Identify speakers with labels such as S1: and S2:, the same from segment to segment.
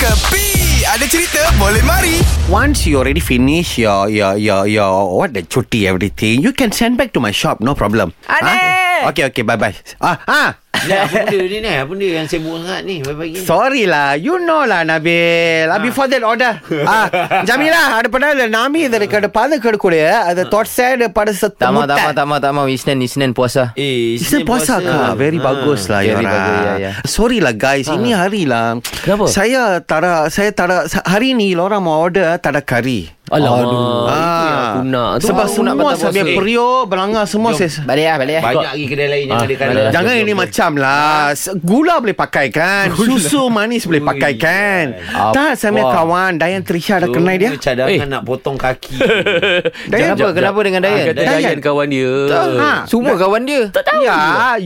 S1: Kepi Ada cerita boleh mari
S2: Once you already finish your your your your what the chuti everything, you can send back to my shop, no problem.
S3: Adik!
S2: Ah? Okay, okay, bye bye. Ah, ah.
S4: Nah, apa benda ni nah? Apa benda yang sibuk sangat ni pagi-pagi ni?
S2: Sorry lah, you know lah Nabil. Ah. Before that order. ah, Jamila, ada pernah le nami dari kada pada kada kuda, eh? ada thought saya ada pada
S5: Tak
S2: setemu.
S5: mau, tak mau, tak mau, tak mau. Isnin, Isnin puasa.
S4: Eh,
S2: Isnin puasa kah? lah, Very
S4: Ha.
S2: bagus lah
S5: Ah, Very
S2: Yora.
S5: bagus, ya, ya.
S2: Sorry lah guys, ini hari lah.
S5: Kenapa?
S2: Saya tara saya tara hari ni orang mau order tara kari.
S5: Alamak,
S2: Ah.
S5: aku nak tu.
S2: Sebab
S5: Aku nak
S2: semua
S5: patah
S2: sambil
S5: puasa.
S2: periuk Berlanga semua saya
S5: Balik lah, balik lah.
S4: Banyak lagi kedai lain yang
S5: Ah,
S4: ada
S5: banyak.
S4: kadang
S2: Jangan ini macam lah Se- Gula boleh pakai kan Susu manis boleh pakai kan
S5: Ui.
S2: Tak saya punya
S5: Apa?
S2: kawan Dayan Trisha dah kenal dia
S4: Cadangan
S5: Eh.
S4: nak potong kaki.
S2: Dayan
S5: Kenapa?
S2: apa?
S5: Kenapa dengan Ah, Dayan?
S2: kata Dayan. Dayan
S5: kawan dia.
S2: Ha.
S5: Semua kawan dia.
S2: Ya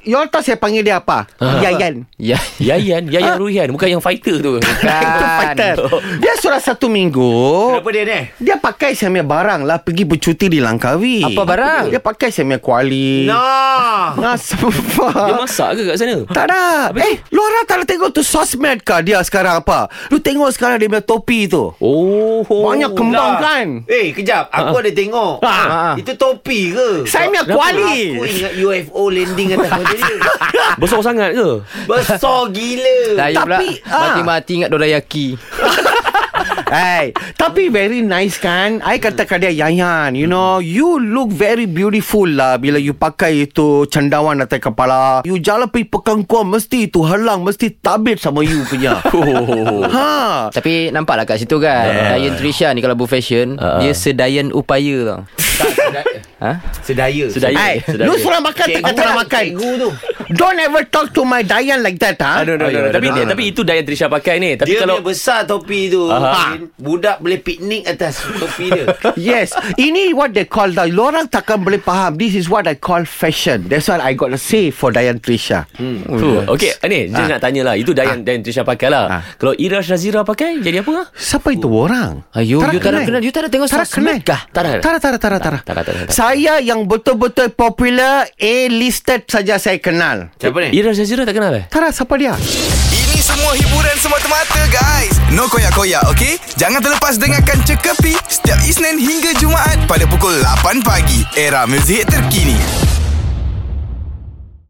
S2: You all tahu saya panggil dia apa Yayan
S5: Ya.
S6: Yayan Yayan Ruhian Bukan yang fighter tu
S2: Itu fighter Dia sudah satu minggu
S4: Kenapa Oh, dia ni?
S2: Dia pakai saya punya barang lah Pergi bercuti di Langkawi
S5: Apa barang?
S2: Dia pakai saya punya kuali
S4: No.
S6: Dia
S2: Nasabah
S6: masak ke kat sana
S2: Tak ada Eh lu orang tak ada tengok tu Sosmed kah dia sekarang apa Lu tengok sekarang dia punya topi tu
S6: Oh
S2: Banyak kembang
S4: Lah.
S2: kan
S4: Eh, kejap. Aku ada tengok.
S2: Ah.
S4: Itu topi ke?
S2: Saya punya kuali
S4: Aku ingat UFO landing atas badan dia.
S6: Besar sangat ke
S4: Besar gila.
S5: Dayan pula
S2: Tapi, ah.
S5: mati-mati ingat dorayaki.
S2: Hey, tapi very nice kan? I kata kat dia Yayan, you know, you look very beautiful lah bila you pakai itu cendawan atas kepala. You jalan pergi pekan kuah mesti itu halang mesti tabib sama you punya. ha.
S5: Tapi nampaklah kat situ kan. Dayan Trisha ni kalau buat fashion, dia sedayan upaya tau. Ha?
S4: Sedaya.
S6: Sedaya.
S2: Hey, lu
S6: sedap dia.
S2: suruh makan tengah tak nak makan.
S4: Cikgu tu.
S2: Don't ever talk to my Dayan like that, ha?
S6: Aduh, aduh, aduh, Tapi tapi itu Dayan Trisha pakai ni Tapi
S4: Dia
S6: kalau
S4: punya besar topi tu.
S6: Aha.
S4: Budak boleh piknik atas topi dia.
S2: Yes, ini what they call the Lorang takkan boleh faham. This is what I call fashion. That's what I got to say for Dayan Trisha.
S6: Tu. Oh, Okey, ni dia nak tanya lah. Itu Dayan Dayan Trisha pakai
S2: Ah.
S6: lah. Kalau Ira Shazira pakai jadi apa?
S2: Siapa itu orang?
S5: Ayo, you tak ada kenal, you tak ada tengok
S2: Tara kenal
S5: sosmed kah?
S6: Tak ada.
S2: Tara, Tara, Tara, Tara.
S6: tak ada, tak ada, tak ada.
S2: Saya yang betul-betul popular, A-listed saja saya kenal.
S4: Siapa ni?
S6: Ira Shazira tak kenal eh?
S2: Tara, siapa dia?
S1: Ini semua hiburan semata-mata guys No koyak-koyak ok Jangan terlepas dengarkan Cekapi Setiap Isnin hingga Jumaat Pada pukul 8 pagi Era muzik terkini